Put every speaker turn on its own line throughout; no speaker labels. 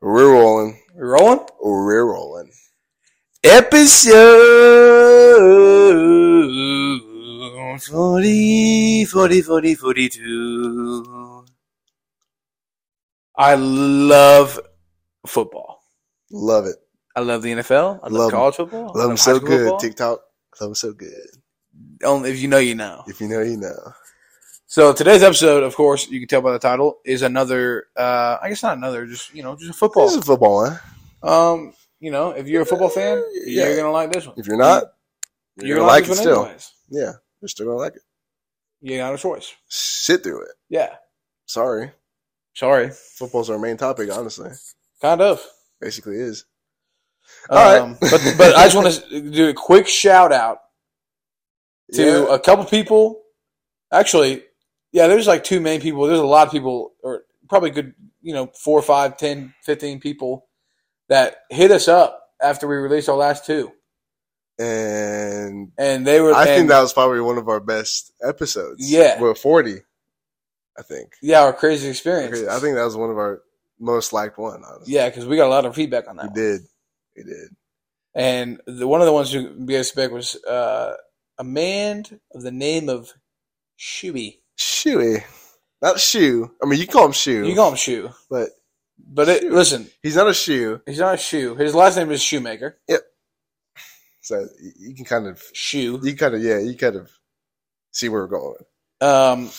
We're rolling. Oh,
We're rolling?
We're rolling.
Episode 40, 40, 40, 42. I love football.
Love it.
I love the NFL. I love,
Love 'em.
college football. I
Love them
high
so
school
good.
football.
TikTok. Love them so good.
Only if you know, you know.
If you know, you know.
So today's episode, of course, you can tell by the title, is another. Uh, I guess not another. Just you know, just a football.
This is football, huh?
Um, you know, if you're a football fan,
Yeah.
you're gonna like this one.
If you're not, you're,
You're
gonna like it
this one
still.
anyways.
Yeah, you're still gonna like it.
You got a choice.
Sit through it.
Yeah.
Sorry,
Sorry.
football's our main topic. Honestly,
Kind of.
basically is. All right.
but but I just want to do a quick shout out to
yeah,
a couple people. Actually, yeah, there's like two main people. There's a lot of people, or probably a good, you know, four, five, ten, fifteen people that hit us up after we released our last two, uh,
and
and they were.
I think
and-
that was probably one of our best episodes.
Yeah.
we're forty. I think.
yeah, our crazy experience.
I think that was one of our most liked one. Honestly,
yeah, because we got a lot of feedback on that.
we
one.
did. We did.
And the, one of the ones who gave us back was uh, a man of the name of Shuey.
Shoey. Not shoe. I mean, you call him shoe,
You call him Shoe,
but
but it, listen,
he's not a shoe,
he's not a shoe. His last name is Shoemaker.
so you- you can kind of,
Shoe.
you kind of, yeah, you kind of see where we're going.
Um,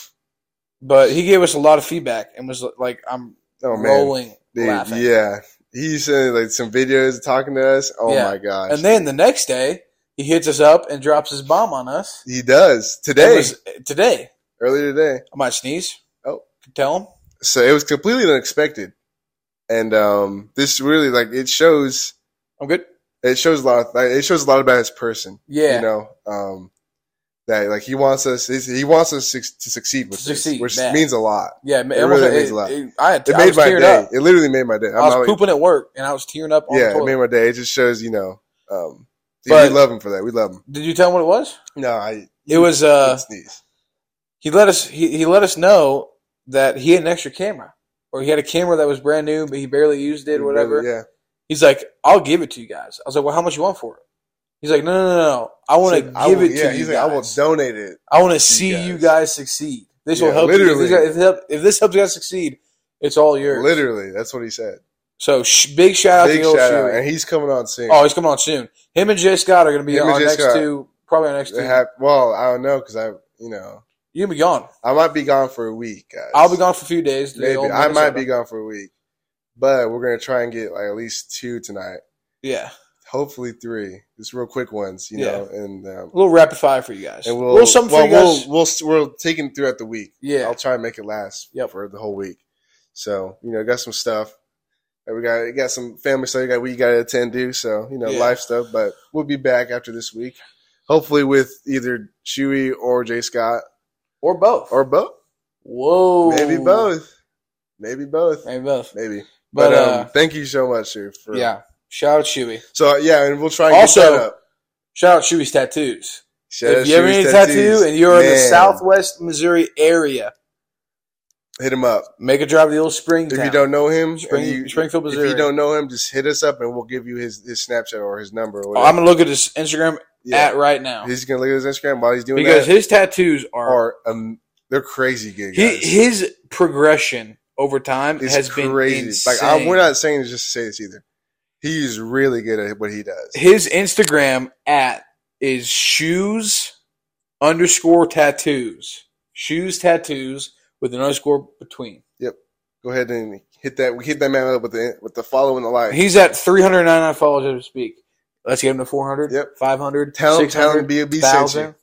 but he gave us a lot of feedback and was like, "I'm
Oh man,
rolling,
Dude,
laughing."
yeah, he sent like some videos talking to us. Oh
Yeah.
my gosh,
And then the next day, he hits us up and drops his bomb on us.
he does
It
today,
was today.
earlier today.
I might sneeze.
Oh.
Could tell him.
So it was completely unexpected, and um, this really like it shows,
I'm good.
it shows a lot, of, like, it shows a lot about his person.
Yeah.
you know um that like he wants us he's- he wants us to to succeed with
To
this,
succeed,
which
man.
means a lot
yeah. It,
really means a lot.
I had.
it
I
made
was
my
teared
day
up.
it literally made my day I'm
i was
not-
pooping at work and I was tearing up on the
yeah it
toilet.
made my day it just shows you know um
But-
we love him for that we love him
Did you tell him what it was?
no I
It was uh
sneeze
he let us he, he let us know that he had an extra camera. Or he had a camera that was brand new but he barely used it or whatever.
yeah
He's like, I'll give it to you guys. I was like, Well how much you want for it? He's like, No no no no. I wanna
Said,
give
I will-
it to
yeah,
you.
he's
guys.
like I will donate it
I wanna see
guys."
you guys succeed. This will
Yeah,
help you. If
literally.
this, guy- if, help, if this helps you guys succeed, it's all yours.
literally that's what he said
So sh- big shout out
big
to the
shout
old
out
Shuey.
and he's coming on soon
Oh, he's coming on soon. Him and Jay Scott are gonna be
Him and
our
Jay
next
Scott.
two probably our next two.
They have, well I don't know because I you know
You're gonna be gone.
I might be gone for a week guys.
I'll be gone for a few days. to the
Maybe
old
I might be
Minnesota.
gone for a week, but we're gonna try and get like at least two tonight.
Yeah,
Hopefully three, just real quick ones, you know. And um,
a little rapid fire for you guys.
and
a
we'll
little something
well,
for you guys.
We'll, we'll we'll take them throughout the week.
yeah,
I'll try and make it last
Yep.
for the whole week. So you know, got some stuff. that We got we got some family stuff. We got we got to attend to. So you know,
Yeah.
life stuff. But we'll be back after this week, hopefully with either Chewy or Jay Scott
or both.
or both.
whoa,
Maybe both. Maybe both.
Maybe both.
Maybe.
But,
But,
uh,
um, thank you so much, sir. For,
yeah, shout out Chewy.
So yeah, and we'll try and
Also,
get that up.
Shout out Chewy's tattoos.
Shout out
if you ever
Shoey's
need a
Tattoos.
tattoo and you're in the
Man,
Southwest Missouri area,
hit him up.
make a drive to the old spring.
If you don't know him,
Spring-
and you,
Springfield,
If
Missouri.
you don't know him, just hit us up and we'll give you his, his Snapchat or his number. Or
Oh, I'm gonna look at his Instagram
Yeah.
at right now
He's gonna look at his Instagram while he's doing
because
that.
his tattoos are,
Or um, they're crazy good
he,
guys.
his progression over time
it's
has
crazy.
been insane.
like I, we're not saying this just to say this either. He's really good at what he does.
his Instagram at is shoes underscore tattoos. Shoes tattoos with an underscore between.
Go ahead and hit that. We hit that man up with the with the follow and the like.
He's at 399 followers as we speak. Let's get him to 400,
Yep.
500,
Tell him, tell him,
600,
B.O.B. sent
1,000.
you.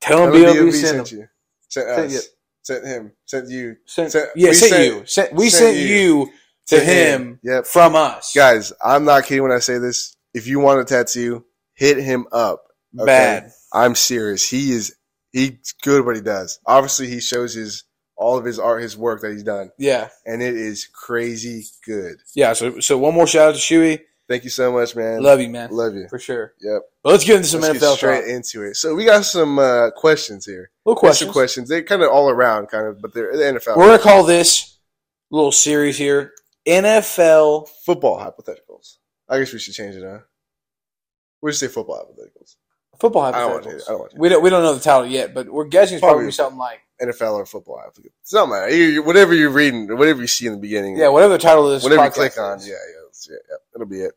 Tell
Tell him
him BLB
B.O.B.
sent him.
sent you. Sent
Sent you.
us. Sent him. Sent you.
Sent-
Sent-
yeah,
we
sent,
sent-
you. Sent, we
sent
sent,
you
you to him
Yep.
from us.
Guys, I'm not kidding when I say this. If you want a tattoo, hit him up. okay?
Bad.
I'm serious. He is he's good at what he does. Obviously he shows his all of his art, his work that he's done,
Yeah.
and it is crazy good.
Yeah. So, so one more shout out to Shuey.
Thank you so much, man.
Love you, man.
Love you.
For sure.
Yep.
But let's get into some
Let's get
NFL
straight
talk.
into it. So we got some uh, questions here.
Little
Got Some
questions.
Oh. questions. They're kind of all around, kind of, but they're the NFL.
We're gonna call this little series here NFL.
Football hypotheticals. I guess we should change it, huh? We should say football hypotheticals.
Football
I don't want to.
hypotheticals.
I don't want to.
We don't we don't know the title yet, but we're guessing it's probably,
Probably.
something like
NFL or football hypotheticals. It's not matter. You, you- whatever you're reading, whatever you see in the beginning.
yeah, whatever the title of this.
Mm. whatever you
podcast
click on,
is.
yeah, yeah, that's- yeah, yeah, it'll be it.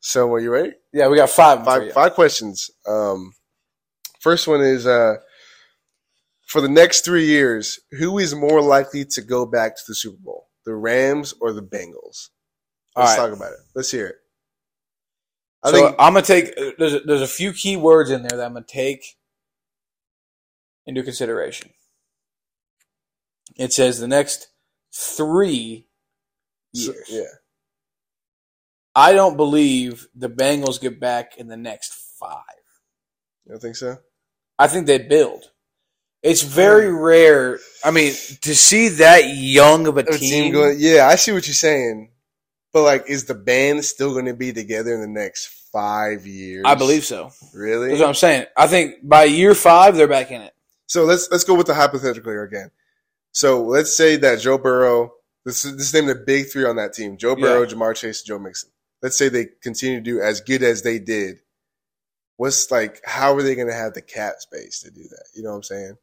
So, are you ready?
yeah, we got five. of them for
Five
you.
five questions. Um, first one is uh, for the next three years, who is more likely to go back to the Super Bowl, the Rams or the Bengals?
All
Let's
right.
talk about it. Let's hear it. I
so
think
I'm gonna take uh, there's a, there's a few key words in there that I'm gonna take into consideration. It says the next three
so-
years.
yeah.
I don't believe the Bengals get back in the next five.
You don't think so?
I think they build. It's very rare. I mean, to see that young of a
Of a
team,
team going- yeah, I see what you're saying, but like, is the band still going to be together in the next five years?
I believe so.
Really?
That's what I'm saying. I think by year five, they're back in it.
So let's let's go with the hypothetical here again. So let's say that Joe Burrow, let's, let's name the big three on that team: Joe Burrow, Jamar Chase, Joe Mixon. Let's say they continue to do as good as they did. What's like? How are they going to have the cap space to do that? You know what I'm saying?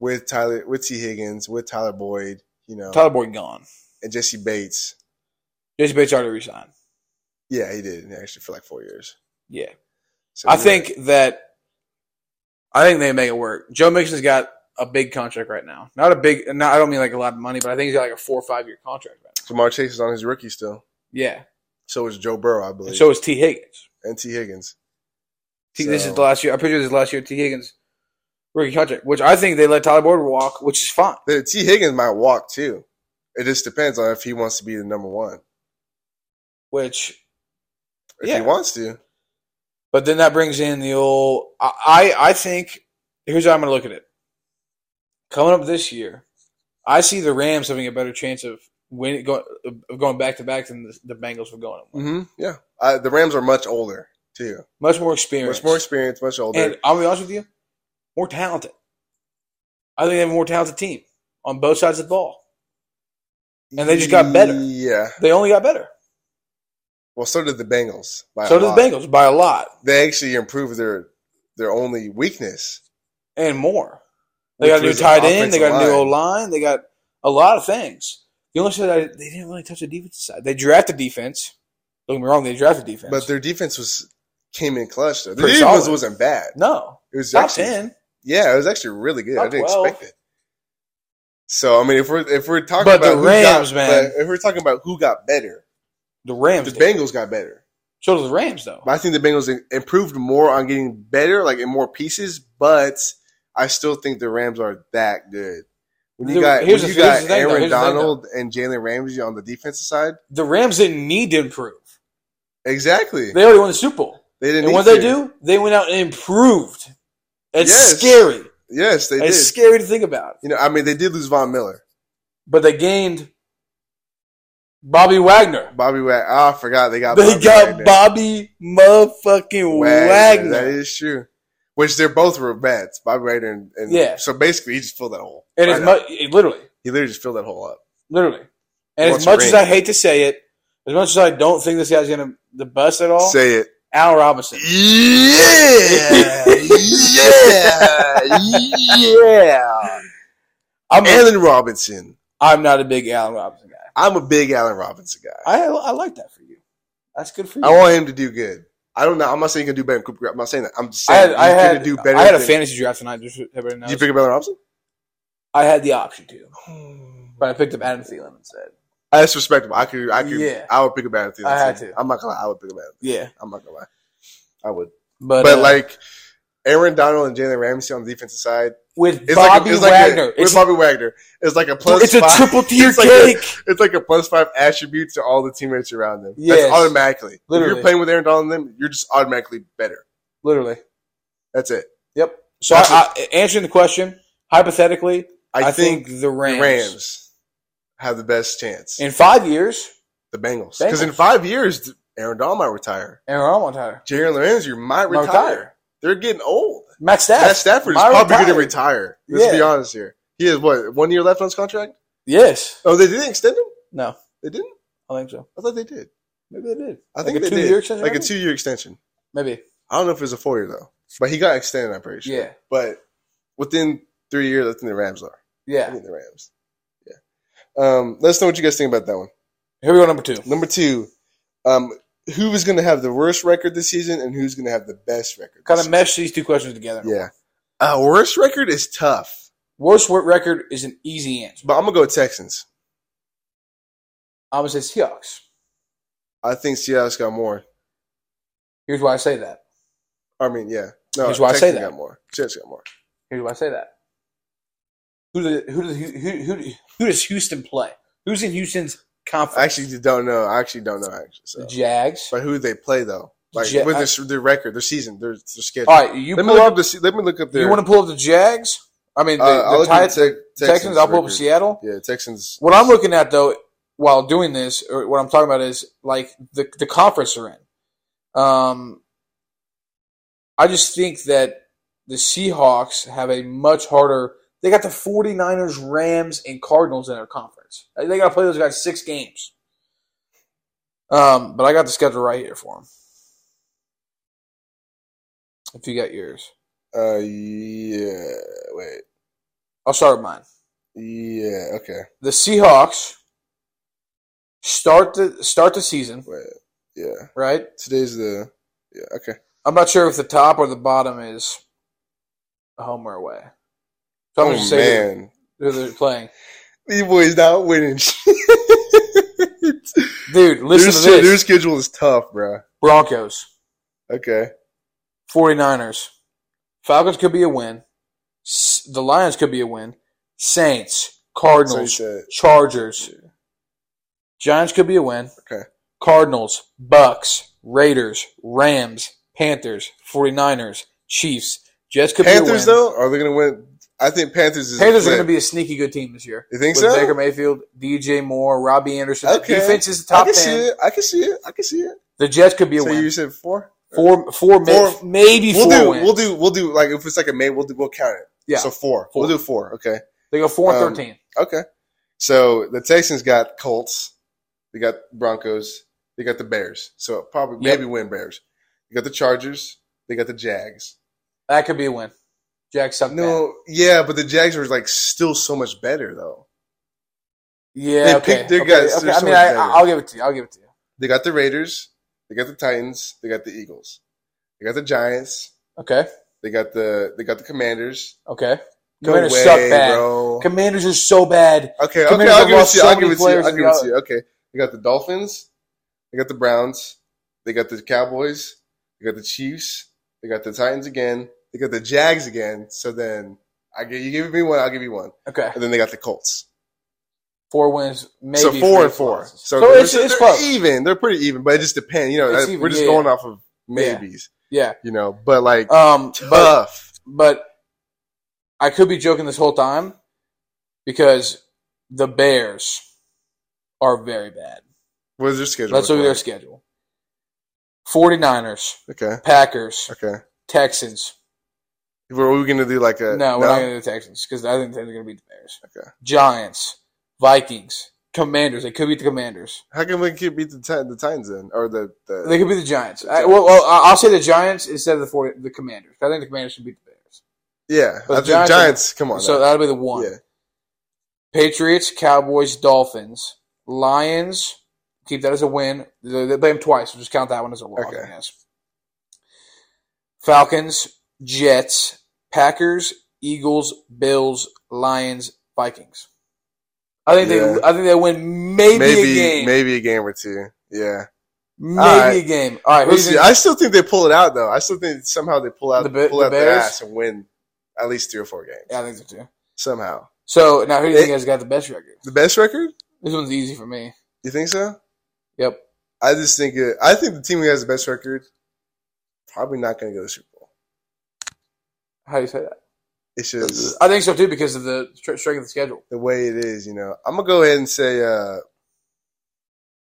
With Tyler, with T Higgins, with Tyler Boyd, you know,
Tyler Boyd gone.
and Jesse Bates.
Jason Bates already resigned.
Yeah, he did actually for like four years.
Yeah.
So
I
Oh, yeah.
think that I think they make it work. Joe Mixon's got a big contract right now. Not a big. Not, I don't mean like a lot of money, but I think he's got like a four or five year contract right now.
Jamar Chase is on his rookie still.
Yeah.
So is Joe Burrow, I believe,
And so is T Higgins.
and T Higgins.
T, this
So-
is the last year. I picture this is the last year of T Higgins rookie contract, which I think they let Tyler Boyd walk, which is fine.
The T. Higgins might walk too. It just depends on if he wants to be the number one.
Which,
If
Yeah.
he wants to,
but then that brings in the old. I I, I think here's how I'm going to look at it. Coming up this year, I see the Rams having a better chance of win, go, of going back to back than the, the Bengals were going.
mm-hmm. yeah. Uh, the Rams are much older too,
Much more experience.
much more experienced, much older.
And I'll be honest with you, more talented. I think they have a more talented team on both sides of the ball. and they just got better.
Yeah.
They only got better.
Well, so did the Bengals. by
so
a
did
lot.
the Bengals by a lot
They actually improved their their only weakness.
and more. They
which
got a new
was the
tight end. They
offensive
got a new
line.
O line. They got a lot of things. The only thing that I, they didn't really touch the defensive side. They drafted defense. Don't get me wrong. They drafted defense.
but their defense was came in clutch though. Their
Pretty
defense
solid.
wasn't bad.
no
It was
top
actually,
ten.
Yeah, it was actually really good. I
Top
didn't
12.
expect it. So I mean, if we're if we're talking
But
about
the
who got-
Rams, man.
but if we're talking about who got better,
The Rams.
the
did.
Bengals got better.
So did the Rams though.
But I think the Bengals im- improved more on getting better, like in more pieces. But I still think the Rams are that good. When you
The-
got when
here's
you
the- here's
got
the thing, though.
Aaron
Here's the thing,
Donald and Jalen Ramsey on the defensive side,
The Rams didn't need to improve.
exactly. They,
They already won the Super Bowl.
didn't.
And
need
what they
to.
do, they went out and improved. It's
Yes.
scary.
Yes, they
it's
did.
scary to think about.
you know, I mean, they did lose Von Miller,
But they gained Bobby Wagner.
Bobby Wagner. Ah, I forgot they got.
They
Bobby
got
Wagner.
Bobby motherfucking Wagner.
That is true. Which they're both were bats, Bobby Wagner and, and
Yeah.
So basically, he just filled that hole.
and
Right
as
up.
much, literally,
he literally just filled that hole up.
literally,
He
and
wants
as
a
much as
ring.
I hate to say it, as much as I don't think this guy's gonna the bust at all,
Say it.
Al Robinson.
Yeah, yeah, yeah.
I'm, a,
Allen Robinson.
I'm not a big Allen Robinson guy.
I'm a big Allen Robinson guy.
I I like that for you. That's good for you.
I want him to do good. I don't know. I'm not saying he can do better than Cooper. Cup. I'm not saying that. I'm just
I
saying
had,
he's
I had,
gonna do better.
I had a
than-
fantasy draft tonight. Just so everybody knows.
Did you pick up Allen Robinson?
I had the option to, but I picked up Adam Thielen instead.
That's respectable. I could. I could.
Yeah.
I would pick up Allen. Thielen,
I had
too.
to.
I'm not gonna lie. I would pick up Allen.
Yeah,
I'm not gonna lie. I would.
but,
But
uh,
like Aaron Donald and Jalen Ramsey on the defensive side,
with
it's like
Bobby
a, it's
Wagner,
Like a, with
it's,
Bobby Wagner, it's like a plus.
it's a
five.
triple tier
It's like a-
cake.
it's like a plus five attribute to all the teammates around them.
Yes.
That's automatically. If
Literally.
you're playing with Aaron Donald and them, you're just automatically better.
Literally,
That's it.
yep. So I,
That's
I, answering the question hypothetically,
I,
I,
think,
think, the
the
Rams.
Rams. have the best chance.
in five years,
the Bengals.
Bengals.
Because in five years, Aaron Donald might retire.
Aaron Rodgers might retire.
Jalen Ramsey might
Might
retire.
retire.
They're getting old.
Max Stafford,
Matt Stafford is
might
probably
retire.
going to retire. Let's
Yeah.
be honest here. He has what one year left on his contract.
Yes,
Oh, they didn't extend him.
no,
They didn't.
I think so.
I thought they did.
Maybe they did.
I
Like
think
a
they
two-year
did.
extension
Like a
maybe?
two year extension.
Maybe.
I don't know if it was a four year though, but he got extended. I'm pretty sure.
Yeah.
But within three years, I think the Rams are. I
Yeah.
think the Rams. Yeah. Um, let us know what you guys think about that one.
Here we go, number two.
Number two, um, who is going to have the worst record this season, and who's going to have the best record?
Kind
this
of mesh these two questions together.
season? yeah. Uh, worst record is tough,
Worst wor- record is an easy answer.
but I'm gonna go Texans.
I'm going to say Seahawks.
I think Seattle's got more.
Here's why I say that.
I mean, yeah. No,
Here's why I say
Texans
that.
Got more. Seattle's got more.
Here's why I say that. Who, do, who, do, who, who, who, who does Houston play? Who's in Houston's
I
conference?
actually don't know. I actually don't know. Actually, so.
the Jags.
but who they play though? Like
Ja-
with their, their record, their season, their, their schedule.
All right, you
let me
pull
look
up.
up the. se- Let me look up their.
you want to pull up the Jags? I mean, the,
uh, I'll
the
look at
Titans,
Tex-
Texans. I'll pull up
record.
Seattle.
Yeah, Texans.
What I'm looking at though, while doing this, or what I'm talking about is like the the conference they're in. Um, I just think that the Seahawks have a much harder. They got the 49ers, Rams, and Cardinals in their conference. They got to play those guys six games. Um, but I got the schedule right here for them. If you got yours,
Uh, yeah. Wait.
I'll start with mine.
Yeah. Okay.
The Seahawks start the start the season
Wait. Yeah.
right.
Today's the. Yeah. Okay.
I'm not sure if the top or the bottom is home or away. So I'm
oh
just saying
man,
who they're playing.
these boys not winning.
Dude,
their,
listen
se-
to
their
this.
schedule is tough, bro.
Broncos,
Okay.
49ers. Falcons could be a win. S- The Lions could be a win. Saints,
So he
Cardinals,
said,
Chargers. Giants could be a win.
Okay.
Cardinals, Bucks, Raiders, Rams, Panthers, 49ers, Chiefs. Jets could
Panthers
be a win.
though, are they gonna win? I think Panthers is.
Panthers are going to be a sneaky good team this year.
You think
with
so?
Baker Mayfield, DJ Moore, Robbie Anderson.
Okay.
Defense is the
I
top
can see
ten.
it. I can see it. I can see it.
The Jets could be a
so
win.
you said four.
Four, four, ma-
Four-
maybe
We'll
four
do.
wins.
We'll do. We'll do. Like if it's like a May, we'll do. We'll count it.
Yeah,
So 4
Four.
We'll do four. Okay.
they go four and
um,
thirteen.
Okay. So the Texans got Colts, they got Broncos, they got the Bears. So probably
Yep.
maybe win Bears. They got the Chargers, they got the Jags.
That could be a win. Jack sucked. bad.
No, yeah, but the Jags are like still so much better though.
Yeah.
they
okay.
picked their
okay,
guys.
okay.
They're
I
so
mean,
much
I,
better.
I'll give it to you. I'll give it to you.
They got the Raiders, they got the Titans, they got the Eagles, they got the Giants,
Okay.
they got the they got the Commanders.
Okay.
Go
Commanders
away,
suck bad.
bro.
Commanders are so bad.
Okay, okay,
Commanders
I'll
have
give it
lost
to you.
so
I'll give
many
it to you.
players
I'll
to
give
the
it to you. Okay, they got the Dolphins, they got the Browns, they got the Cowboys, they got the Chiefs, they got the Titans again, they got the Jags again. So then I get you give me one, I'll give you one,
Okay.
and then they got the Colts.
Four wins. Maybe
so four
three
and four.
losses.
So,
So,
they're,
it's,
so
it's
they're
close.
even. They're pretty even, but it just depends. You know,
It's
I-
even,
we're just
yeah,
going off of
Yeah.
maybes.
Yeah.
You know, but like
Um. But
tough.
but I could be joking this whole time because the Bears are very bad.
What is their schedule?
Let's look at their
like?
schedule 49ers,
Okay.
Packers,
Okay.
Texans.
Were we going to do like a
No, we're not going to do the Texans because I think they're going to beat the Bears.
Okay.
Giants, Vikings, Commanders. They could beat the Commanders.
How can we keep beat the, Ti- the Titans then, or the, the
They could beat the Giants. I, well, well, I- I'll say the Giants instead of the 40, the Commanders. I think the Commanders should beat the Bears.
Yeah,
But
I
the
think
Giants
Giants.
are-
come on.
So
now.
that'll be the one.
yeah,
Patriots, Cowboys, Dolphins, Lions. Keep that as a win. They they play them twice, so just count that one as a loss.
Okay.
I guess. Falcons, Jets, Packers, Eagles, Bills, Lions, Vikings. I think
Yeah.
they. I think they win maybe,
maybe
a game. Maybe,
maybe a game or two. Yeah,
a
Alright.
game. All right,
We'll
who's
see. I still think they pull it out though. I still think somehow they pull out
The Ba-
pull
the
out their
Bears?
ass and win at least three or four games
yeah, I think so too.
somehow.
So now, who do you
It-
think has got the best record?
The best record?
This one's easy for me.
You think so?
Yep.
I just think it, I think the team who has the best record probably not going to go to the Super Bowl.
How do you say that?
It's just
I think so too because of the str- strength of the schedule.
the way it is. You know, I'm gonna go ahead and say uh,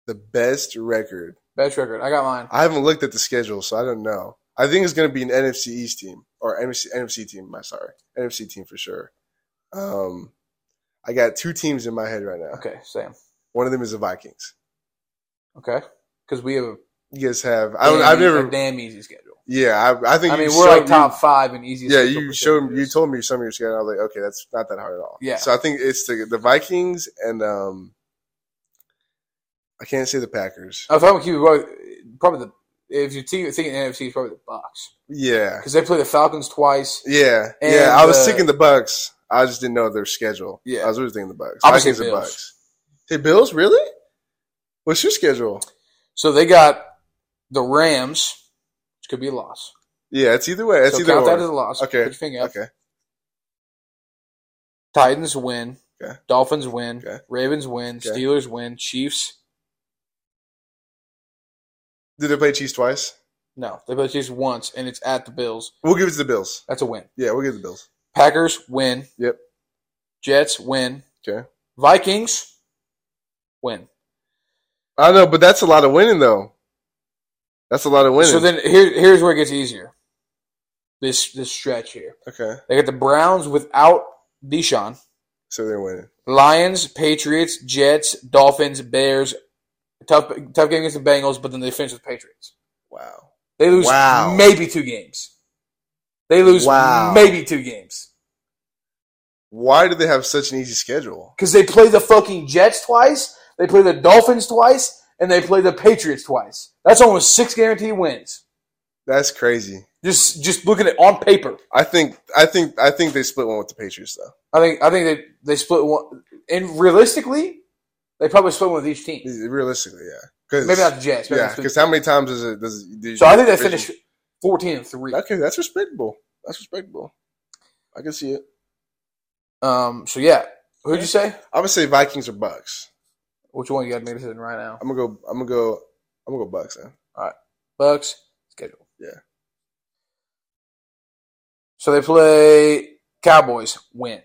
the best record.
Best record. I got mine.
I haven't looked at the schedule, so I don't know. I think it's going to be an NFC East team or NFC, NFC team. My sorry, NFC team for sure. Um, I got two teams in my head right now.
Okay, same.
One of them is the Vikings.
Okay, because we have. A
You guys have. I don't.
damn
I've
easy-
never.
a damn easy schedule.
Yeah, I, I think.
I mean,
you
we're
showed
like
me-
top five in easiest.
Yeah,
schedule
you
for
showed. You
schedules.
told me some of your schedule. I was like, okay, that's not that hard at all.
Yeah.
So I think it's the the Vikings and um. I can't say the Packers.
If I'm gonna keep it, well, probably the if you're thinking thinking NFC, it's probably the Bucks
Yeah.
because they play the Falcons twice.
Yeah,
And,
yeah. I was
uh,
thinking the Bucks. I just didn't know their schedule.
Yeah.
I was really thinking the Bucks.
I would say
Vikings and
Bills.
Bucks. Hey, Bills, really? What's your schedule?
So they got the Rams, which could be a loss.
Yeah, it's either way. It's
so
either
count
or.
that as a loss.
Okay.
Put your finger up.
okay.
Titans win.
Okay.
Dolphins win.
Okay.
Ravens win.
Okay.
Steelers win. Chiefs.
Did they play Chiefs twice?
No, they play the Chiefs once, and it's at the Bills.
We'll give it to the Bills.
That's a win.
Yeah, we'll give it to the Bills.
Packers win.
Yep.
Jets win.
Okay.
Vikings win.
I know, but that's a lot of winning, though. That's a lot of winning.
So then here, here's where it gets easier. This this stretch here.
okay,
They got the Browns without Deshaun.
so they're winning.
Lions, Patriots, Jets, Dolphins, Bears. Tough tough game against the Bengals, but then they finish with Patriots.
Wow.
They lose
Wow.
maybe two games. They lose
Wow.
maybe two games
Why do they have such an easy schedule?
because they play the fucking Jets twice, they play the Dolphins twice, and they play the Patriots twice. That's almost six guaranteed wins.
That's crazy.
Just just looking at it on paper,
I think. I think. I think they split one with the Patriots, though.
I think I think they they split one, and realistically, they probably split one with each team.
Realistically, yeah. 'Cause-
Maybe not the Jets. Maybe
Yeah,
not the-
because how many times does it does? it- do
so I think they
division-
finished fourteen and three.
Okay, that's respectable. That's respectable. I can see it.
Um. So yeah, who'd you say?
I would say Vikings or Bucks.
Which one you got to make a decision right now?
I'm gonna go. I'm gonna go. I'm gonna go Bucks. Man.
Bucks schedule.
Yeah.
So they play Cowboys win.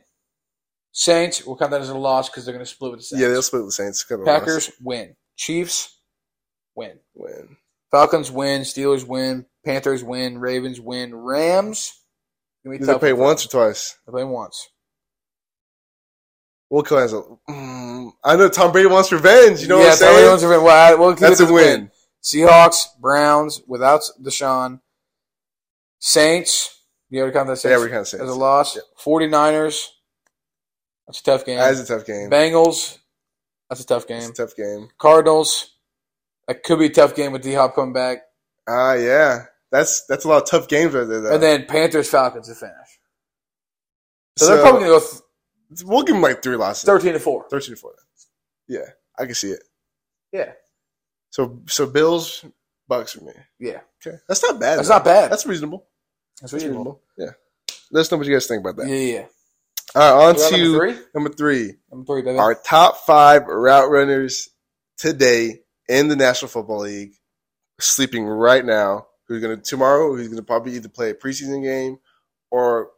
Saints, we'll count that as a loss because they're going to split with the Saints.
Yeah, they'll split with the Saints. Couple of
Packers win. Chiefs win.
losses. win.
Falcons win. Steelers win. Panthers win. Ravens win. Rams. Gonna be
Did
tough
they play
with them.
once or twice?
They play once.
We'll call it as a. Mm, I know Tom Brady wants revenge. You know what I'm
Tom
saying?
Brady's a win. Well, I- we'll keep
that's
it
a
as
win.
Seahawks, Browns without Deshaun. Saints. You already count that Saints
Yeah, we kind of say
as a loss. 49ers. That's a tough game.
That's a tough game.
Bengals. That's a tough
It's
game.
a tough game.
Cardinals. That could be a tough game with D Hop coming back.
Ah, yeah. That's that's a lot of tough games right there. Though.
And then Panthers, Falcons to finish. So,
so
they're probably going to go th-
we'll give them like three losses.
13 to 4.
Thirteen to four. Then. Yeah, I can see it.
Yeah.
So so Bills Bucks for me.
Yeah.
Okay, that's not bad.
That's
though.
not bad.
That's reasonable.
That's
That's
reasonable.
reasonable. Yeah. Let us know what you guys think about
Yeah,
that.
yeah.
All right,
yeah.
on
Round
to
number
number
three?
three.
Number three, baby.
Our top five route runners today in the National Football League, sleeping right now. Who's gonna tomorrow? Who's gonna probably either play a preseason game or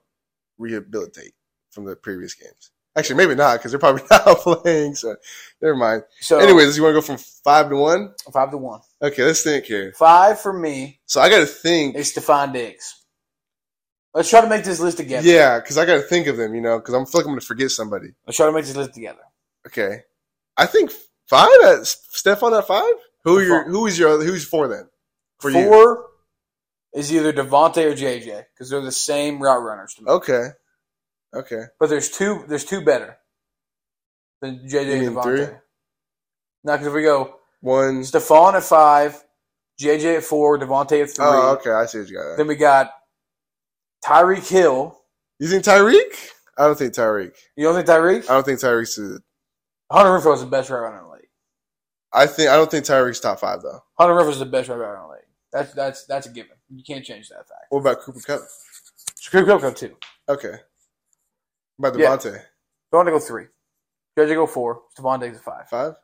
rehabilitate from the previous games? Actually, maybe not because they're probably not playing. So never mind.
So,
Anyways, you want to go from five to one?
5 to 1.
Okay, let's think here.
5 for me
So I got to think.
is Stephon Diggs. Let's try to make this list together.
Yeah, because I got to think of them, you know, because I'm I feel like I'm going to forget somebody.
Let's try to make this list together.
Okay, I think five at Stefan at five. Who are your who is your who's four then? For you.
Four is either Devontae or JJ because they're the same route runners to me.
Okay, okay.
But there's two. There's two better than JJ
You
and
mean three?
Devontae. Now, because if we go
One.
Stephon at five, JJ at four, Devontae at three,
Oh, okay. I see what you got.
then we got Tyreek Hill.
You think Tyreek? I don't think Tyreek.
You don't think Tyreek?
I don't think Tyreek's. the-
Hunter Renfro is the best route runner in the league.
I think I don't think Tyreek's top five though.
Hunter Renfro is the best route runner in the league. That's that's that's a given. You can't change that fact.
What about Cooper Cup?
Shakur Cook go two.
Okay. What about
Yeah.
Devontae?
Devontae go three. JJ go four. Stephon Diggs at five.
Five.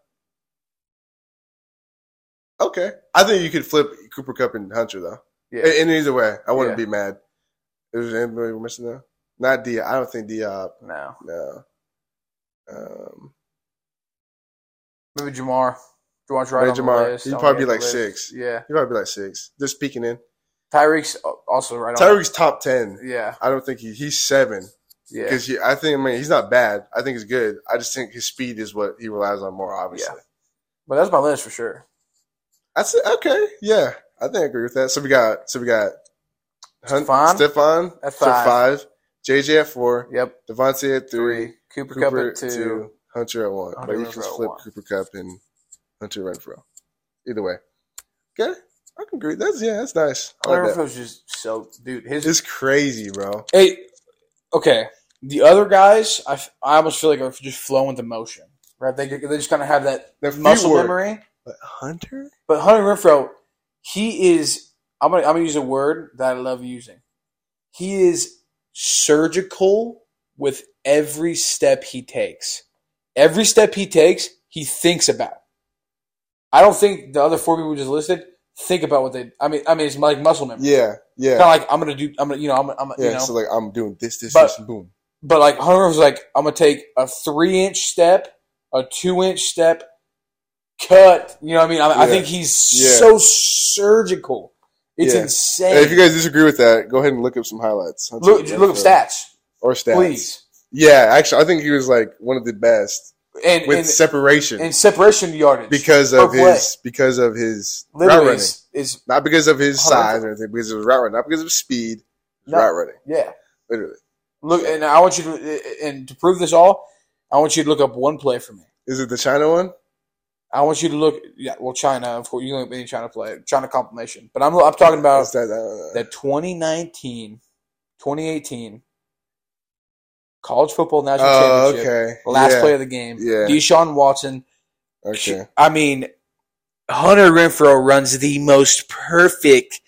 Okay, I think you could flip Cooper Cup and Hunter though.
Yeah.
In- In either way, I wouldn't
Yeah.
be mad. Is there anybody we're missing though? Not Diop. I don't think Diop.
No.
No. Um,
Maybe Jamar. Jamar's right
Maybe
on
Jamar.
the list.
He'd
On
probably
the
be
list.
like six.
Yeah.
he'd probably be like six. Just peeking in.
Tyreek's also right on.
Tyreek's top ten.
Yeah.
I don't think he, he's seven
Yeah.
because I think I mean he's not bad. I think he's good. I just think his speed is what he relies on more. Obviously,
But that's my list for sure.
I said okay, yeah, I think I agree with that. So we got so we got Hunt,
Stephon
Stephon
at
for
five.
five, JJ at four,
Yep.
Devontae at three,
Cooper, Cup
Cooper
at
at two,
two.
Hunter at one.
Hunter
But you
Renfro
can
at
flip
one.
Cooper Cup and Hunter Renfro. Either way, okay, I can agree. That's yeah, that's nice. I like
Hunter
that.
Renfro's just so dude. His
It's crazy, bro.
Hey, okay. The other guys, I, f- I almost feel like are just flowing with emotion, right? They, they just kind of have that
The
muscle
few were-
memory.
But Hunter,
But Hunter Renfro, he is. I'm gonna I'm gonna use a word that I love using. He is surgical with every step he takes. Every step he takes, he thinks about. I don't think the other four people we just listed think about what they. I mean, I mean, it's like muscle memory.
yeah, yeah,
Kind of like I'm gonna do. I'm gonna, you know, I'm, I'm
yeah.
you know.
So like, I'm doing this, this,
But-
this, and boom.
But like Hunter was like, I'm gonna take a three inch step, a two inch step, cut. You know what I mean? I, I
Yeah.
think he's
Yeah.
so surgical. It's
Yeah.
insane.
And if you guys disagree with that, go ahead and look up some highlights. Hunter
look, look up
Renfro.
stats,
or stats,
please.
Yeah, actually, I think he was like one of the best
And
with
and,
separation
and separation yardage
because of
per play.
his because of his route
literally
running,
is, is
not because of his
Hunter-
size or anything, because of his route running, not because of speed, his
No.
route running,
yeah.
literally.
Look, and I want you to and to prove this all, I want you to look up one play for me.
Is it the China one?
I want you to look. Yeah, well, China, of course, you can look up any China play, China compilation. But I'm I'm talking about
Is that, uh,
the 2019 2018 college football national
oh,
championship
okay.
last
yeah.
play of the game
Yeah.
Deshaun Watson
Okay.
I mean Hunter Renfro runs the most perfect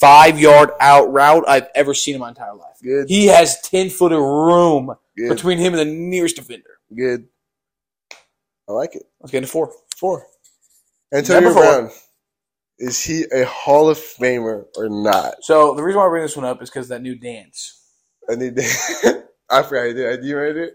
5 yard out route I've ever seen in my entire life.
Good.
He has 10 foot of room
Good.
between him and the nearest defender.
good. I like it.
Let's get into 4. 4.
Antonio
Number four.
Brown. Is he a Hall of Famer or not?
So the reason why I bring this one up is cuz that new dance.
I need. To, I forgot I did. I you ready?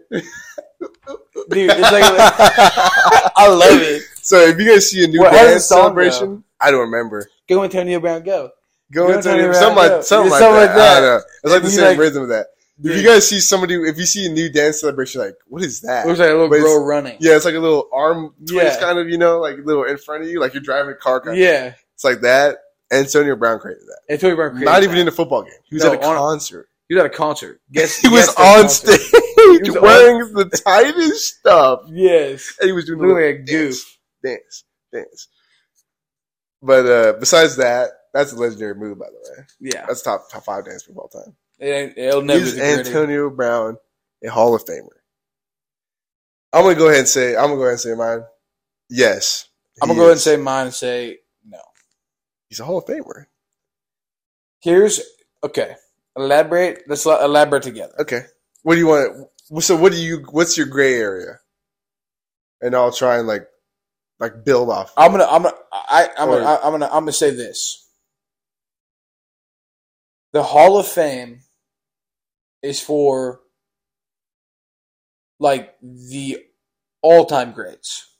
Dude, it's like I love it.
So if you guys see a new
What- how does the
dance
song
celebration, I don't remember.
Go Antonio Brown go.
Go into
You don't
something,
remember,
something, like,
I know.
something
Yeah,
like
something
that.
like that.
I don't know. It's like the
If you
same
like-
rhythm of that. If you guys see somebody, if you see a new dance celebration, like what is that?
It was like a little
But it's-
girl running.
yeah, it's like a little arm twist,
Oh, Yeah.
kind of, you know, like a little in front of you, like you're driving a car. Kind of.
yeah.
It's like that. Antonio Brown created that.
And Tony Brown created
Not even
that.
in a football game. He was
No,
at a
on-
concert.
he was at a concert. Guess
He was
guess the
on
concert.
stage
was on-
wearing the tightest stuff.
Yes.
And he was doing the
Looking
little
like a goof.
dance, dance, dance. But uh, besides that, that's a legendary move, by the way.
Yeah.
That's top top five dance move of all time.
It ain't, it'll never
Is
be gritty.
Antonio Brown a Hall of Famer? I'm gonna go ahead and say I'm gonna go ahead and say mine. Yes,
I'm
he
gonna go ahead and
is.
say mine and say no.
he's a Hall of Famer.
Here's okay. Elaborate. Let's la- elaborate together.
Okay, what do you want? So what do you? What's your gray area? And I'll try and like like build off.
I'm gonna. I'm gonna. I, I'm
Or-
gonna. I, I'm gonna. I'm gonna say this. The Hall of Fame is for like the all-time greats.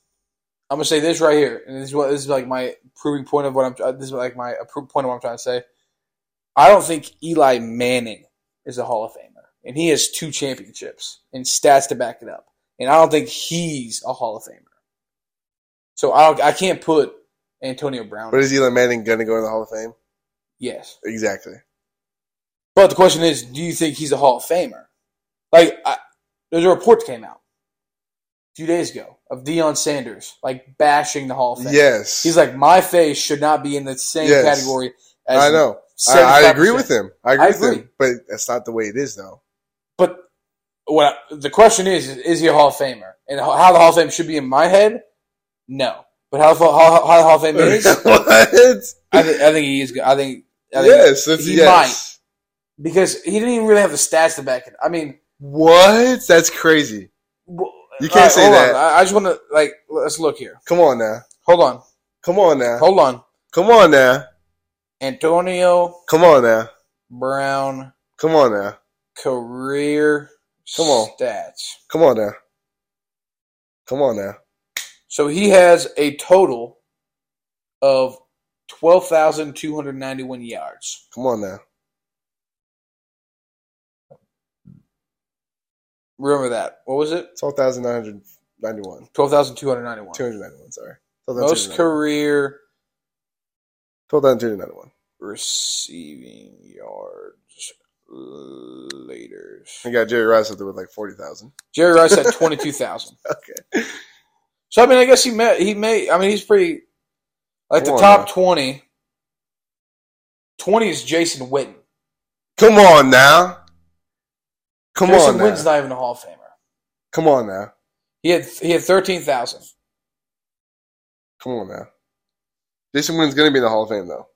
I'm gonna say this right here, and this is what this is like my proving point of what I'm. uh, This is like my appro- point of what I'm trying to say. I don't think Eli Manning is a Hall of Famer, and he has two championships and stats to back it up. And I don't think he's a Hall of Famer. So I don't, I can't put Antonio Brown.
But is Eli Manning gonna go in the Hall of Fame?
yes,
Exactly.
but the question is, do you think he's a Hall of Famer? Like, I, there's a report that came out a few days ago of Deion Sanders like bashing the Hall of Fame.
Yes,
He's like, my face should not be in the same
Yes.
category as
I know. I, I
75%.
agree with him. I agree
I
with
agree.
him. But that's not the way it is, though.
But what I- the question is, is, is he a Hall of Famer? And how how the Hall of Fame should be in my head, no. But how, the- how, how the Hall of Fame is,
what?
I, think I think he is. I think, I think
yes, that's,
he
yes.
because he didn't even really have the stats to back it. I mean,
What? That's crazy.
w-
You can't
all right,
say
hold
that.
On. I, I just want to like let's look here.
Come on now.
Hold on,
Come on now.
hold on.
Come on now.
Antonio
Come on now.
Brown
Come on now.
career
Come on.
stats.
Come on now. Come on now.
So he has a total of twelve thousand two hundred ninety-one yards.
Come on now.
Remember that? What was it?
12,991.
Twelve thousand two hundred ninety-one.
291, sorry.
Most
12,291.
career
Total down to another one.
Receiving yards later.
We got Jerry Rice up there with like forty thousand.
Jerry Rice had twenty two thousand.
Okay.
So I mean, I guess he met. He may. I mean, he's pretty. Like
Come
the
on,
top
man.
20, 20 is Jason Witten.
Come on now. Come
Jason
on now.
Witten's not even a Hall of Famer.
Come on now.
He had he had thirteen thousand.
Come on now. Jason Witten's going to be in the Hall of Fame though.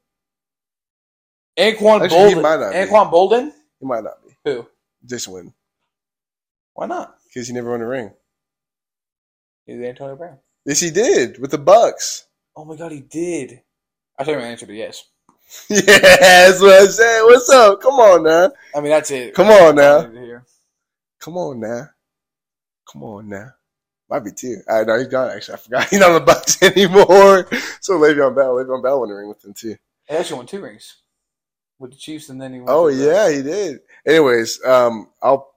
Anquan
Actually, he
Bolden.
might not be.
Anquan Bolden.
He might not be.
Who?
Jason Witten
Why not?
because he never won a ring.
He's Antonio Brown.
Yes, he did with the Bucks.
Oh my God, he did. I think my answer to yes.
yeah, that's what I said. What's up? Come on now.
I mean, that's it.
Come on
That's all I
now.
needed to hear.
Come on now. Come on now. Might be two. I know he's gone. Actually, I forgot he's not on the Bucks anymore. So Le'Veon Bell, Le'Veon Bell won a ring with him too.
He actually won two rings with the Chiefs, and then he. Won
Oh
with the Browns.
yeah, he did. Anyways, um, I'll.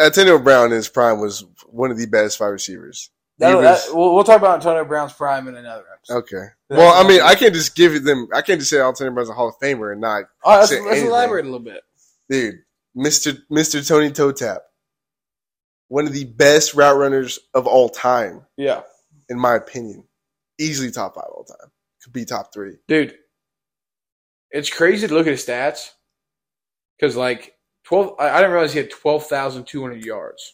Antonio Brown in his prime was one of the best five receivers.
That-
He was-
that- we'll, we'll talk about Antonio Brown's prime in another episode.
Okay. Well, I mean, I can't just give them. I can't just say Antonio Brown's a Hall of Famer and not,
All right, let's,
say
let's
anything.
elaborate a little bit.
dude, Mister Mister Tony Toe Tap, one of the best route runners of all time,
Yeah,
in my opinion, easily top five all time. Could be top three.
dude, it's crazy to look at his stats because like twelve. I, I didn't realize he had twelve thousand two hundred yards,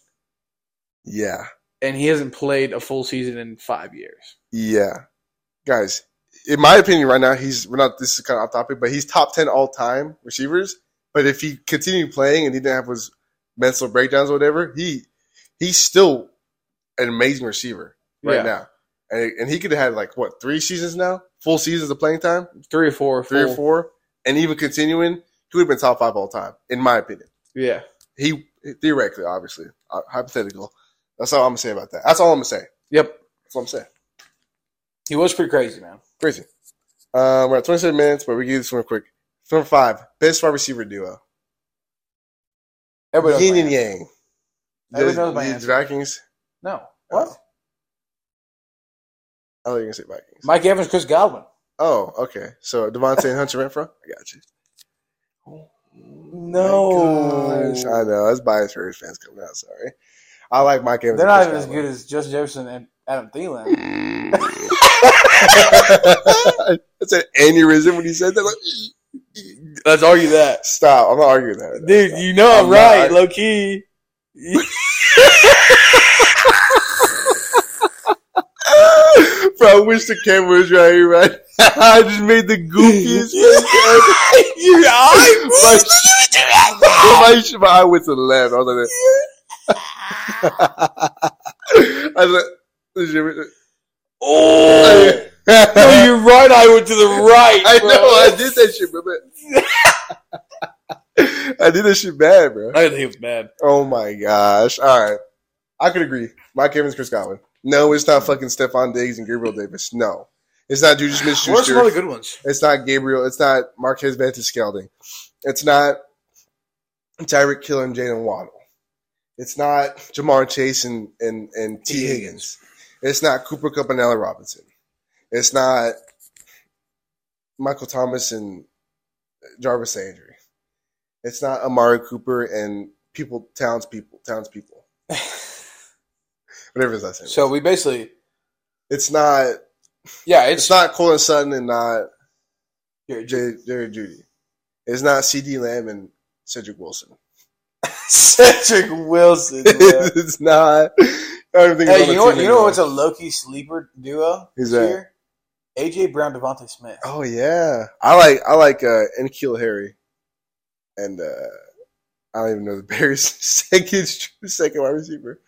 Yeah,
and he hasn't played a full season in five years.
yeah, guys. In my opinion, right now, he's we're not. This is kind of off topic, but he's top ten all time receivers. But if he continued playing and he didn't have his mental breakdowns or whatever, he he's still an amazing receiver. right
Yeah,
now. And, and he could have had like what three seasons now, full seasons of playing time,
three or four,
three or
full-
four, and even continuing, he would have been top five all time, in my opinion.
Yeah,
He theoretically, obviously, uh, hypothetical. That's all I'm gonna say about that. That's all I'm gonna say.
yep.
That's all I'm saying.
He was pretty crazy, man.
Crazy. Um, we're at 27 minutes, but we give this one quick. Number five, best wide receiver duo,
Everybody
Yin
knows my
and
answer.
Yang.
Everybody
The-
knows my
the
answer.
Vikings.
No, what?
Oh. I thought you were gonna say Vikings.
Mike Evans, Chris Godwin.
oh, okay. So Devontae and Hunter Renfro. I got you.
No,
Gosh, I know. That's biased Raiders fans coming out. Sorry. I like Mike Evans.
they're not even as good as Justin Jefferson and Adam Thielen.
That's an aneurysm when he said that. Like,
Let's argue that.
stop. I'm not arguing that.
Dude, you know I'm,
I'm not-
right, low key.
Bro, I wish the camera was right here right now. I just made the goofiest
Your
My, my, my eye went to the left. I was like, that. I was like,
Oh, no, your right eye went to the right.
I
bro.
know I did that shit, bro. but- I did that shit bad, bro.
I think it was bad.
Oh my gosh! All right, I could agree. Mike Evans, Chris Godwin. No, it's not fucking Stephon Diggs and Gabriel Davis. No, it's not Juju Smith
What are some other
Schuster.
good ones?
It's not Gabriel. It's not Marquez Ventes Skelding. It's not Tyreek Hill and Jalen Waddle. It's not Jamar Chase and and, and T
T. Higgins.
Higgins. It's not Cooper Cup and Allen Robinson. It's not Michael Thomas and Jarvis Landry. It's not Amari Cooper and people townspeople townspeople whatever his last name.
So
So
we basically,
it's not
yeah,
it's
it's,
not Colin Sutton and not
Jerry Judy.
J- Jerry Judy. It's not C.D. Lamb and Cedric Wilson.
Cedric Wilson. bro.
it's not. Everything
hey, you know what? You know what's a low key sleeper duo
Who's
this
that?
year? AJ Brown, Devontae Smith.
Oh yeah, I like I like uh, Enkeel Harry, and uh, I don't even know the Bears' second second wide receiver.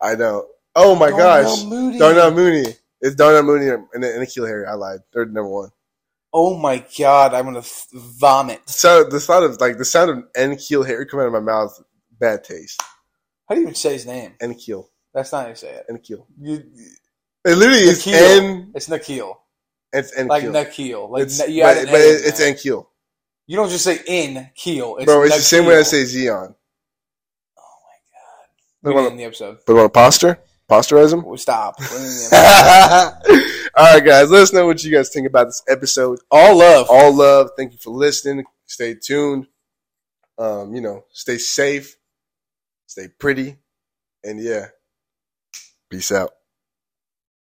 I know. Oh my gosh,
Moody.
Darnell Mooney. It's Darnell Mooney and Enkeel Harry. I lied. They're number one.
Oh my god, I'm gonna th- vomit.
So the sound of like the sound of Enkeel Harry coming out of my mouth, bad taste.
How do you even say his name?
Enkeel,
That's not how you say it.
Enkeel.
You,
It literally is
Nikhil.
N.
it's Nikhil.
It's Enkeel.
Like Nikhil. Like
it's,
na- you
but,
add an
but
A in
it's
there.
Enkeel,
You don't just say in keel. It's
bro. It's
na-
the same way I
keel. Oh
say Zion.
We
But
didn't
on
end the episode.
but on posture, posturism.
We stop. We didn't end the episode.
All All right, guys, let us know what you guys think about this episode.
All love.
All love. Thank you for listening. Stay tuned. Um, you know, stay safe, stay pretty, and yeah, peace out.